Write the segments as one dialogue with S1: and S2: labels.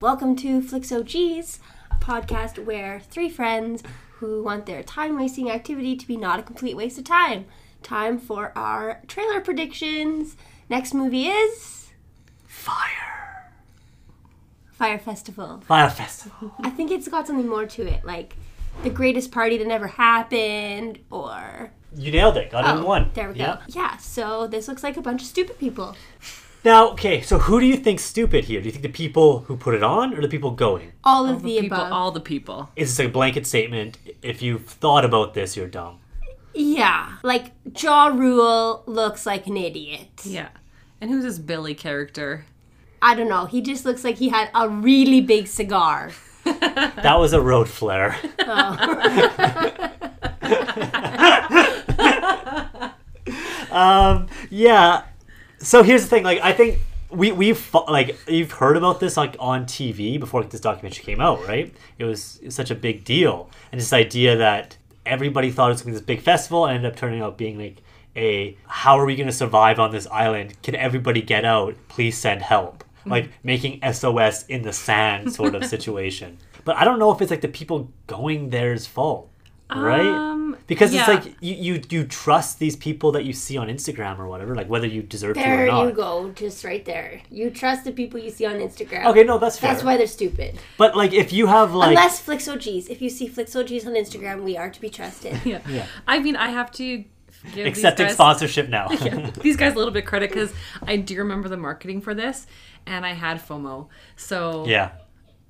S1: Welcome to Flixo G's a podcast where three friends who want their time wasting activity to be not a complete waste of time. Time for our trailer predictions. Next movie is
S2: Fire.
S1: Fire Festival.
S2: Fire Festival.
S1: I think it's got something more to it, like the greatest party that never happened, or
S2: You nailed it. Got it in one.
S1: Oh, There we go.
S2: Yep.
S1: Yeah. So this looks like a bunch of stupid people.
S2: Now, okay, so who do you think's stupid here? Do you think the people who put it on or the people going?
S1: All of the,
S3: the people,
S1: above.
S3: all the people.
S2: Is this a blanket statement? If you've thought about this, you're dumb.
S1: yeah. Like Jaw Rule looks like an idiot.
S3: Yeah. And who's this Billy character?
S1: I don't know. He just looks like he had a really big cigar.
S2: That was a road flare. um, yeah. So here's the thing. Like, I think we we've fo- like you've heard about this like on TV before like, this documentary came out, right? It was, it was such a big deal, and this idea that everybody thought it was going to be this big festival and ended up turning out being like a how are we going to survive on this island? Can everybody get out? Please send help.
S3: Mm-hmm.
S2: Like making SOS in the sand sort of situation. But I don't know if it's like the people going there's fault, right?
S3: Um,
S2: because it's
S3: yeah.
S2: like you, you you trust these people that you see on Instagram or whatever, like whether you deserve
S1: There
S2: to or not.
S1: you go, just right there. You trust the people you see on Instagram.
S2: Okay, no, that's fair.
S1: That's why they're stupid.
S2: But like, if you have like,
S1: Unless Flix OGs. If you see Flix OGs on Instagram, we are to be trusted.
S3: Yeah. I mean, I have to give
S2: accepting
S3: these guys,
S2: sponsorship now.
S3: these guys a little bit credit because I do remember the marketing for this, and I had FOMO. So
S2: yeah.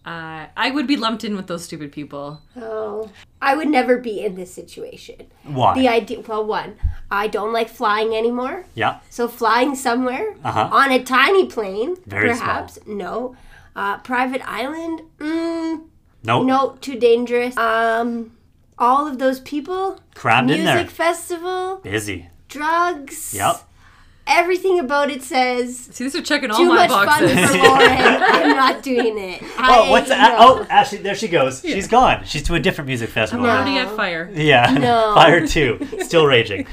S3: uh, I would be lumped in with those stupid people.
S1: Oh, I would never be in this situation.
S2: Why?
S1: The idea, well, one, I don't like flying anymore.
S2: yeah.
S1: So flying somewhere
S2: Uh-huh.
S1: on a tiny plane,
S2: Very small.
S1: perhaps. No. Uh, private island, mm,
S2: No.
S1: no, too dangerous. Um, all of those people,
S2: Crammed
S1: music
S2: in there.
S1: festival,
S2: Busy.
S1: drugs.
S2: Yep.
S1: Everything about it says
S3: See, these are checking all
S1: too
S3: Oh my
S1: much
S3: boxes.
S1: fun for Lauren. I'm not doing it.
S2: Oh, what's
S1: I, no.
S2: that? Oh, Ashley, there she goes. She's gone. She's to a different music festival.
S3: We're
S1: No.
S3: already at fire.
S2: Yeah.
S1: No.
S2: Fire two, still raging.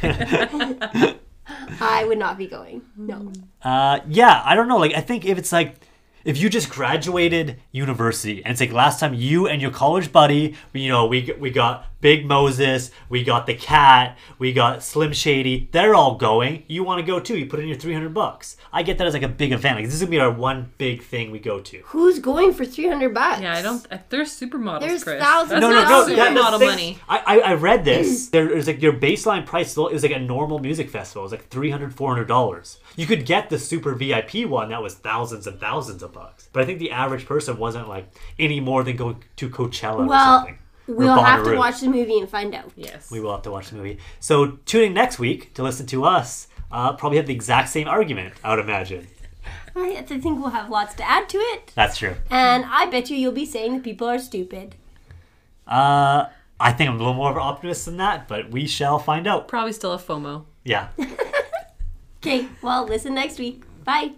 S1: I would not be going. No.
S2: Uh, yeah, I don't know. Like, I think if it's like, if you just graduated university and it's like last time you and your college buddy, you know, we we got Big Moses, we got the Cat, we got Slim Shady. They're all going. You want to go too? You put in your three hundred bucks. I get that as like a big event. Like this is gonna be our one big thing we go to.
S1: Who's going for 300 bucks?
S3: Yeah, I don't. I- They're supermodels,
S1: There's
S3: Chris.
S1: thousands
S3: That's
S1: of
S2: No, no,
S3: not
S2: no.
S1: supermodel
S2: That, that's
S3: supermodel
S2: the thing.
S3: money.
S2: I, I, I read this. There is like your baseline price. It was like a normal music festival. It was like $300, $400. You could get the super VIP one that was thousands and thousands of bucks. But I think the average person wasn't like any more than going to Coachella or
S1: Well,
S2: something. Or
S1: we'll have to
S2: Bonnaroo.
S1: watch the movie and find out.
S3: Yes.
S2: We will have to watch the movie. So tune in next week to listen to us. Uh, probably have the exact same argument, I would imagine.
S1: I I think we'll have lots to add to it.
S2: That's true.
S1: And I bet you you'll be saying that people are stupid.
S2: Uh, I think I'm a little more of an optimist than that, but we shall find out.
S3: Probably still a FOMO.
S2: Yeah.
S1: Okay, well, listen next week. Bye.